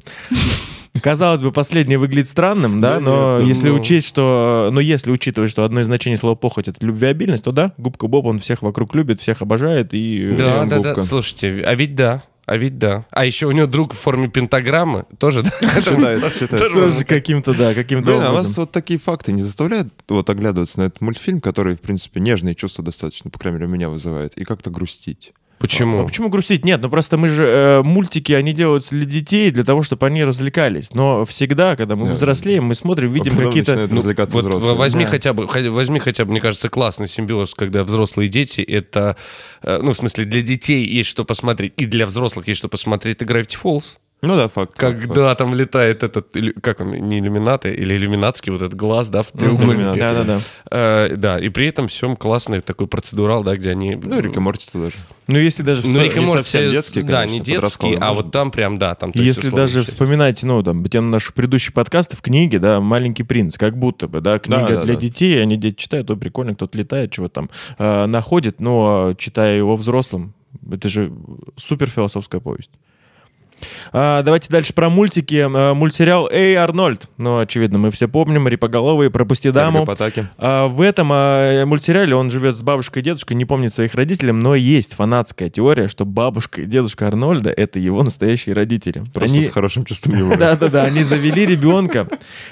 C: Казалось бы, последнее выглядит странным, да,
D: Да
C: но
D: нет, ну,
C: если
B: ну.
C: учесть, что, но если учитывать, что одно из значений слова похоть это любвеобильность, то да, губка Боб он всех вокруг любит, всех обожает и э,
B: Да,
D: Леон
B: да, да.
D: Губка.
B: Слушайте, а ведь да. А ведь да. А еще у него друг в форме пентаграммы тоже, да?
D: Считается, считается.
C: тоже каким-то да, каким-то
D: Блин, а вас
C: образом.
D: вот такие факты не заставляют вот оглядываться на этот мультфильм, который, в принципе, нежные чувства достаточно, по крайней мере, у меня вызывает, и как-то грустить?
C: Ну,
D: А
B: Почему?
C: почему грустить? Нет, ну просто мы же э, мультики, они делаются для детей, для того, чтобы они развлекались. Но всегда, когда мы
D: Да.
C: взрослеем, мы смотрим, видим
D: Потом
C: какие-то...
D: начинают развлекаться
B: ну, Вот
D: взрослые.
B: возьми
C: Да.
B: хотя бы, хотя- возьми хотя бы, мне кажется, классный симбиоз, когда взрослые дети это, э, ну в смысле для детей есть что посмотреть и для взрослых есть что посмотреть. Это Gravity Falls,
D: Ну да, факт. факт, факт.
B: когда там летает этот, или- как он, не иллюминаты или иллюминатский вот этот глаз, да,
D: Ну,
B: в треугольнике.
C: Да, да, да.
B: Э, да, и при этом всем классный такой процедурал, да, где они.
D: Ну, Рик и Морти туда же.
C: Ну, если даже...
B: Ну,
C: вспо-
B: Рик и
D: не
B: Морти,
D: совсем детский,
B: да,
D: конечно,
B: не детский,
D: подростковый,
B: а
D: может
B: вот там прям, да, там. то есть,
C: Если
B: условно,
C: даже
B: сейчас.
C: вспоминать, ну, там, тем наши предыдущие подкасты в книге, да, «Маленький принц», как будто бы, да, книга
D: Да, да,
C: для
D: да.
C: детей, они дети читают, о, прикольно, кто-то летает, чего там э, находит, но э, читая его взрослым, это же супер философская повесть. А, давайте дальше про мультики. Э, мультсериал «Эй, Арнольд». Ну, очевидно, мы все помним, «Рипоголовые», «Пропусти даму».
D: По атаке.
C: А в этом а, мультсериале он живет с бабушкой и дедушкой, не помнит своих родителей, но есть фанатская теория, что бабушка и дедушка Арнольда — это его настоящие родители.
D: Просто
C: Они-
D: с хорошим чувством юмора.
C: Да-да-да, они завели ребенка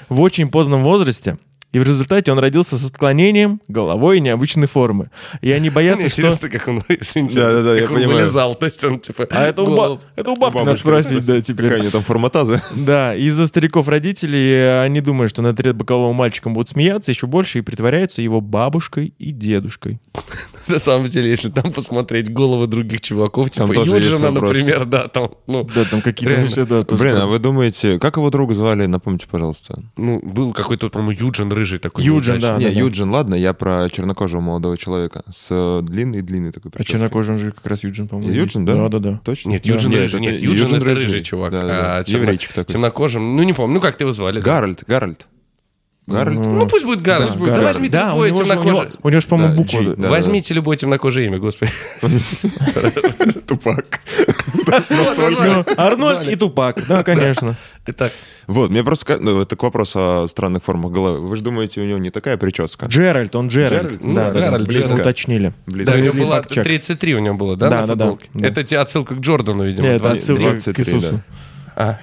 C: в очень поздном возрасте, и в результате он родился со отклонением, головой и необычной формы. И они боятся,
B: Мне
C: что...
B: Интересно, как он, извините,
D: Да-да-да, я
B: как он
D: понимаю.
B: вылезал, то есть он типа.
C: А это у, ба-
B: голову-
C: это у бабки надо
D: Бабушка,
C: спросить, да,
D: Какая у
C: теперь.
D: нее там форма таза?
C: Да, из-за стариков родителей э, они думают, что над боковым мальчиком будут смеяться еще больше и притворяются его бабушкой и дедушкой.
B: На самом деле, если там посмотреть головы других чуваков,
D: Там
B: типа
D: тоже есть
B: Юджина,
D: вопросы.
B: например, да, там, ну,
C: Да, там какие-то
B: Реально.
C: вообще, да, тоже
D: Блин,
C: там.
D: а вы думаете, как его друга звали? Напомните, пожалуйста.
B: ну, был какой-то, по-моему, Юджин рыжий такой.
C: Юджин,
B: неудачный.
C: А,
D: Не,
C: да, да.
D: Юджин, ладно, я про чернокожего молодого человека с э, длинной-длинной
C: А
D: такой прической.
C: чернокожий он же как раз Юджин, по-моему.
D: Юджин,
C: есть.
D: да?
C: Да, да, да.
D: Точно?
B: Нет, Юджин
D: Да,
B: рыжий,
D: это-
B: нет, Юджин, это рыжий чувак.
D: Да, да, да.
B: а темно-
D: Еврейчик такой.
B: Темнокожим, ну не помню, ну как ты его звали?
D: Гарольд, Гарольд. Гарольд?
B: Ну, пусть будет Гарольд.
D: Да,
B: Да
D: Гарольд.
B: возьмите
C: Да, у
B: любое
C: него, же, у него,
B: темнокожее.
C: у него же, по-моему,
D: Да,
C: буква.
D: G, да.
B: Возьмите любое темнокожее имя, господи.
D: Тупак.
B: Вот, назвали.
C: Ну, Арнольд и Тупак, да, конечно.
B: Итак,
D: Вот, мне просто... ка- ну, Это к вопросу о странных формах головы. Вы же думаете, у него не такая прическа?
C: Джеральд, он Джеральд.
D: Джеральд? Ну,
C: Да, да, да,
B: Гарольд,
C: близко
B: Джеральд.
C: уточнили.
D: Близко.
B: да, у него
C: Справедливый
B: было
C: факт-чек.
B: 33 у него было, да,
C: Да,
B: на
C: да, да,
B: футболке?
C: да.
B: Это те отсылка к Джордану, видимо.
C: Нет, это
B: 23.
C: отсылка к
D: 23,
C: Иисусу.
B: А.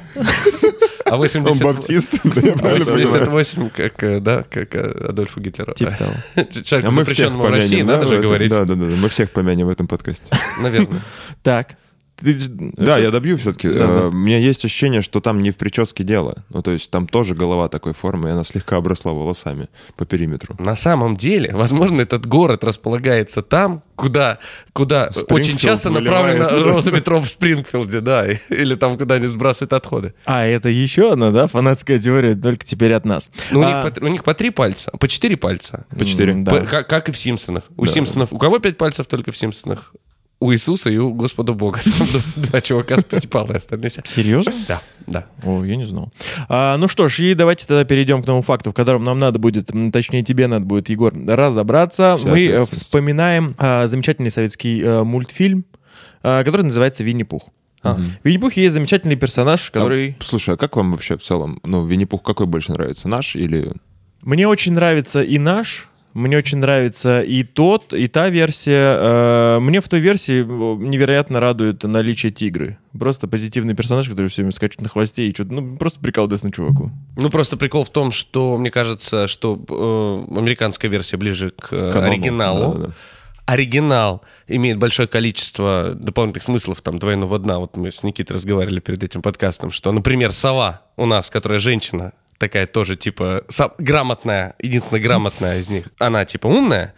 B: А 80...
D: Он баптист? Да, я
B: А
D: правильно понимаю?
B: 88, как, э, да, как э, Адольфу Гитлеру.
C: Типа того.
B: Человек,
D: А мы всех
B: запрещенному в России,
D: помянем, да?
B: надо
D: в
B: же
D: этом-
B: говорить.
D: Да, да, да, да, мы всех помянем в этом подкасте.
B: Наверное.
C: Так. Ты ж-
D: Да, я добью все-таки.
C: Да, да.
D: Э, У меня есть ощущение, что там не в прическе дело. Ну, то есть там тоже голова такой формы, и она слегка обросла волосами по периметру.
B: На самом деле, возможно, этот город располагается там, куда, куда очень
D: Спрингфилд
B: часто
D: выливает.
B: направлена Роза в Спрингфилде, да, и- или там, куда они сбрасывают отходы.
C: А, это еще одна, да, фанатская теория, только теперь от нас.
B: Ну, у,
C: А,
B: них по, три- у них по три пальца, по четыре пальца.
D: По четыре.
C: М,
B: По-
C: да.
B: как, как и в Симпсонах. У Симпсонов у кого пять пальцев только в Симпсонах? У Иисуса и у Господа Бога. Там д- два чувака с пятипалой остальные. все.
C: Серьезно?
B: Да, да.
C: О, я не знал. А, ну что ж, и давайте тогда перейдем к новому факту, в котором нам надо будет, м, точнее тебе надо будет, Егор, разобраться.
D: Вся
C: Мы э,
D: ответственность.
C: вспоминаем а, замечательный советский э, мультфильм, а, который называется «Винни-Пух».
B: А.
C: В Винни-Пухе есть замечательный персонаж, который...
D: А, слушай, а как вам вообще в целом? Ну, Винни-Пух какой больше нравится? Наш или...
C: Мне очень нравится и наш, мне очень нравится и тот, и та версия. Э, Мне в той версии э, невероятно радует наличие тигры. Просто позитивный персонаж, который все время скачет на хвосте и что-то... Ну, просто приколдесный чуваку.
B: Ну, просто прикол в том, что, мне кажется, что э, американская версия ближе к э,
D: канону?
B: оригиналу.
D: Да-да-да.
B: оригинал имеет большое количество дополнительных смыслов, там, двойного дна. Вот мы с Никитой разговаривали перед этим подкастом, что, например, сова у нас, которая женщина, такая тоже, типа, са- грамотная, единственная грамотная из них, она, типа, умная,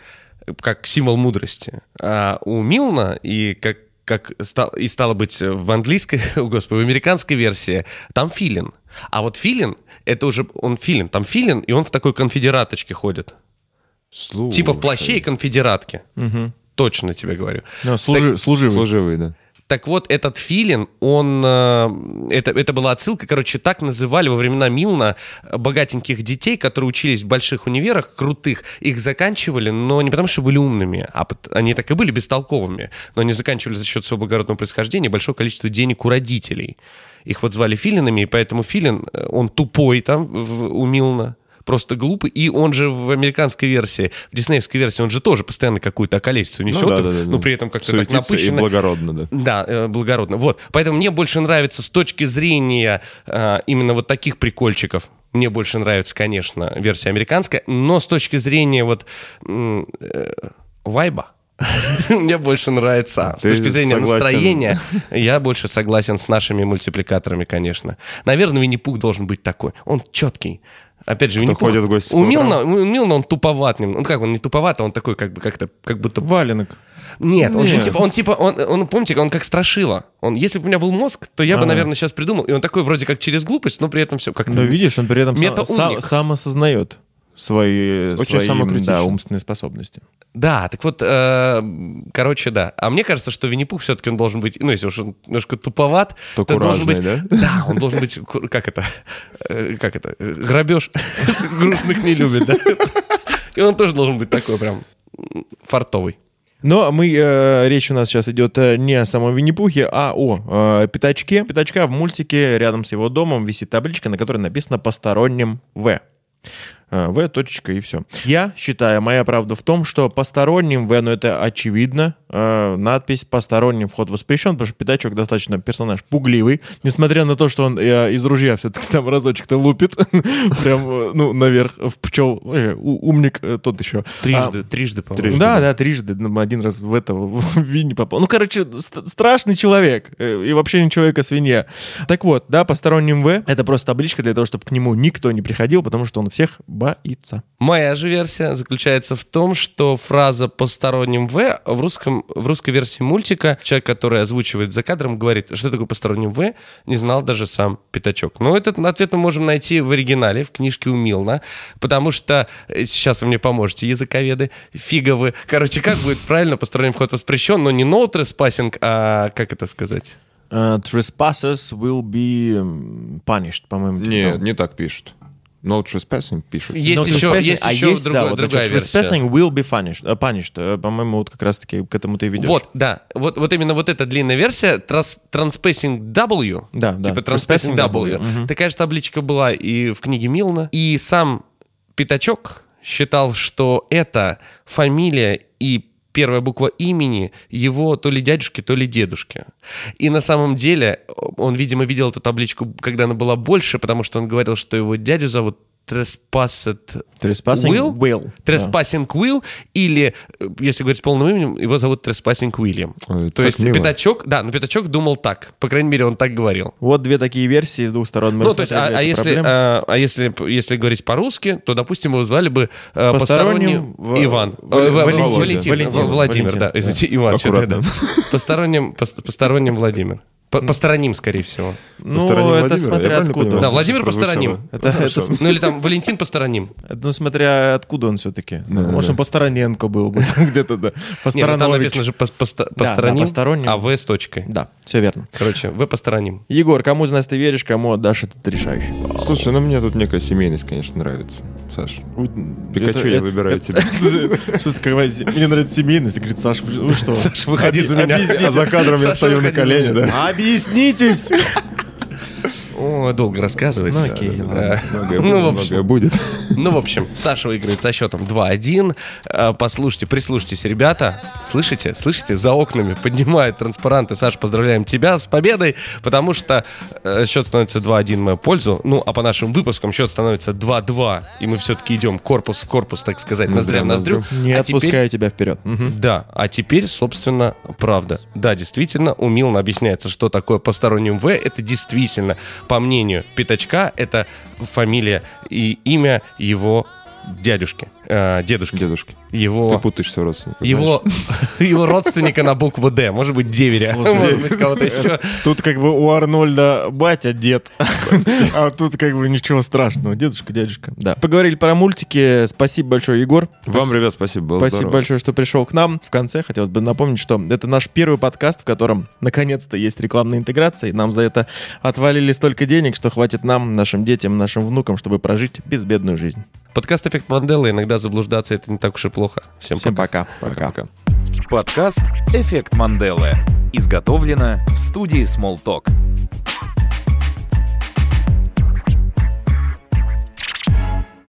B: как символ мудрости. А у Милна и как как стал- и стало быть в английской, о, господи, в американской версии, там филин. А вот филин, это уже, он филин, там филин, и он в такой конфедераточке ходит.
D: Слушай.
B: Типа в плаще и конфедератке. Точно тебе говорю.
C: Ну, служи, служивый.
D: Служивый, да.
B: Так вот, этот филин, он... э, Это, это была отсылка, короче, так называли во времена Милна э, богатеньких детей, которые учились в больших универах, крутых. Их заканчивали, но не потому, что были умными, а пот- они так и были бестолковыми. Но они заканчивали за счет своего благородного происхождения большое количество денег у родителей. Их вот звали филинами, и поэтому филин, э, он тупой там в- у Милна, просто глупый. И он же в американской версии, в диснеевской версии, он же тоже постоянно какую-то околесицу несет,
D: Ну да, да, да,
B: но
D: да.
B: при этом как-то так
D: Суетится и
B: напыщенно.
D: благородно, да.
B: Да, э, благородно. Вот. Поэтому мне больше нравится с точки зрения э, именно вот таких прикольчиков. Мне больше нравится, конечно, версия американская, но с точки зрения вот м, э, вайба мне больше нравится. С
D: Ты
B: точки зрения
D: согласен.
B: настроения я больше согласен с нашими мультипликаторами, конечно. Наверное, Винни-Пух должен быть такой. Он четкий. Опять же, Винни-Пух...
D: ходит в гости по
B: у Милна, у Милна он туповат. нем- Ну как, он не туповат, а он такой как бы как-то как будто
C: Валенок.
B: нет, он же типа, он типа, он, он, помните, он как страшило. Он, если бы у меня был мозг, то я бы, наверное, сейчас придумал. И он такой вроде как через глупость, но при этом все как-то...
C: Но видишь, он при этом сам,
B: Метаумник.
C: са- сам осознает свои,
D: Очень
C: свои, м,
D: самокритичен.
C: да, умственные способности.
B: Да, так вот, э, короче, да. А мне кажется, что Винни-Пух все-таки он должен быть, ну, если уж он немножко туповат,
D: То
B: должен быть...
D: куражный,
B: Да, он должен быть, ку- как это, э, как это, э, грабеж. Грустных не любит, да. И он тоже должен быть такой прям м, фартовый.
C: Но мы, э, речь у нас сейчас идет э, не о самом Винни-Пухе, а о э, пятачке. Пятачка в мультике рядом с его домом висит табличка, на которой написано «Посторонним В». Э, В, точечка и все. Я считаю, моя правда в том, что посторонним В, ну это очевидно, э, надпись «Посторонним вход воспрещен», потому что пятачок достаточно персонаж пугливый, несмотря на то, что он э, из ружья все-таки там разочек-то лупит, прям, э, ну, наверх, в пчел. Вообще, у- Умник э, тот еще. А,
B: Трижды, трижды, по-моему.
C: да, да, трижды. Ну, один раз в этого в Винни попал. Ну, короче, ст- страшный человек. Э, И вообще не человек, а свинья. Так вот, да, посторонним В. Это просто табличка для того, чтобы к нему никто не приходил, потому что он всех боится.
B: Моя же версия заключается в том, что фраза «посторонним В» в, русском, в русской версии мультика человек, который озвучивает за кадром, говорит, что такое «посторонним В», не знал даже сам Пятачок. Но этот ответ мы можем найти в оригинале, в книжке у Милна, потому что, э, сейчас вы мне поможете, языковеды, фиговы. Короче, как будет правильно «посторонним вход воспрещен», но не «no trespassing», а как это сказать?
C: Э, trespasses will be punished, по-моему.
D: Нет, не так пишут. No trespassing пишут.
B: Есть
C: Но
B: еще,
C: trespassing-
B: есть
C: а
B: еще
C: есть, да,
B: другой-
C: вот это
B: другая версия.
C: Trespassing will be punished. э, punished. Э, По-моему, вот как раз-таки к этому ты и ведешь.
B: Вот, да. Вот, вот именно вот эта длинная версия, трас- Transpassing W,
C: Да, да.
B: типа Transpassing W, такая же табличка была и в книге Милна. И сам Пятачок считал, что это фамилия и первая буква имени его то ли дядюшки, то ли дедушки. И на самом деле э, он, видимо, видел эту табличку, когда она была больше, потому что он говорил, что его дядю зовут Треспасет
C: Trespassing
B: Will?
C: will.
B: Треспасинг Уилл или, э, если говорить полным именем, его зовут Треспасинг Уильям.
D: Ой,
B: То
D: так
B: есть
D: мило.
B: Пятачок, да, но Пятачок думал так, по крайней мере, он так говорил.
C: Вот две такие версии с двух сторон. Мы
B: Ну, то есть, а,
C: рассмотрели
B: а
C: эту
B: если,
C: проблему.
B: а, а если, п- если говорить по-русски, то, допустим, его звали бы э,
C: Посторонним
B: посторонним,
C: Ва-
B: Иван.
C: Ва-
B: Э, Ва-
C: Валентин.
B: Валентин.
D: Валентин,
B: Владимир,
C: Валентин,
B: да,
C: да.
B: извините, Иван. что-то я,
D: Аккуратно.
B: да. Посторонним, пос- посторонним Владимир. По- Посторонним, скорее всего.
C: Ну, это смотря откуда.
B: Да, Владимир Посторонним.
C: Это- это
D: Хорошо.
B: Ну или там Валентин посторонним.
C: Ну, смотря откуда он все-таки.
D: Да,
C: Может,
D: да.
C: он Постороненко был бы там где-то, да.
B: Не, ну там написано
C: Посторонович.
B: же пос- посто-
C: да,
B: посторонним,
C: посторонним.
B: а В с точкой.
C: Да, все верно.
B: Короче, В посторонним.
C: Егор, кому из нас ты веришь, кому отдашь этот решающий? балл?
D: Слушай, ну мне тут некая семейность, конечно, нравится, Саш. Пикачу
C: Это-
D: я
C: это-
D: выбираю тебя.
C: Что ты, какая се- мне нравится семейность. Говорит, Саш, вы вы что?
B: Саша, выходи за меня.
D: А за кадром я
B: Саша,
D: стою на
B: выходи за
D: колени,
B: меня.
D: да?
C: Объяснитесь!
B: О, долго рассказывать.
C: Ну, окей,
B: Да. Ну,
C: ладно.
D: Многое
B: в
D: будет,
B: общем.
D: многое будет.
B: Ну, в общем, Саша выиграет со счетом 2-1. Э, Послушайте, прислушайтесь, ребята. Слышите? Слышите? За окнами поднимают транспаранты. Саша, поздравляем тебя с победой, потому что э, счет становится 2-1 в мою пользу. Ну, а по нашим выпускам счет становится 2-2. И мы все-таки идем корпус в корпус, так сказать, ноздря в ноздрю.
C: Не
B: А теперь-
C: отпускаю тебя вперед. Мгм.
B: Да, а теперь, собственно, правда. Да, действительно, у Милна объясняется, что такое посторонним В. Это действительно, по мнению Пятачка, это фамилия и имя его дядюшки, э, дедушки,
D: Дедушки, ты
B: его...
D: путаешься в родственниках.
B: Его, его родственника на букву «Д», может быть, деверя, может быть, кого-то еще.
C: Тут как бы у Арнольда батя, дед, а тут как бы ничего страшного. Дедушка, дядюшка. Да. Поговорили про мультики. Спасибо большое, Егор.
D: Вам, ребят, спасибо, было
C: Спасибо
D: здорово.
C: большое, что пришел к нам. В конце хотелось бы напомнить, что это наш первый подкаст, в котором наконец-то есть рекламная интеграция. И нам за это отвалили столько денег, что хватит нам, нашим детям, нашим внукам, чтобы прожить безбедную жизнь.
B: Подкаст «Эффект Манделы» иногда заблуждаться, это не так уж и плохо. Всем пока.
C: Всем пока. пока.
D: Пока.
A: Подкаст «Эффект Манделы». Изготовлено в студии Smalltalk.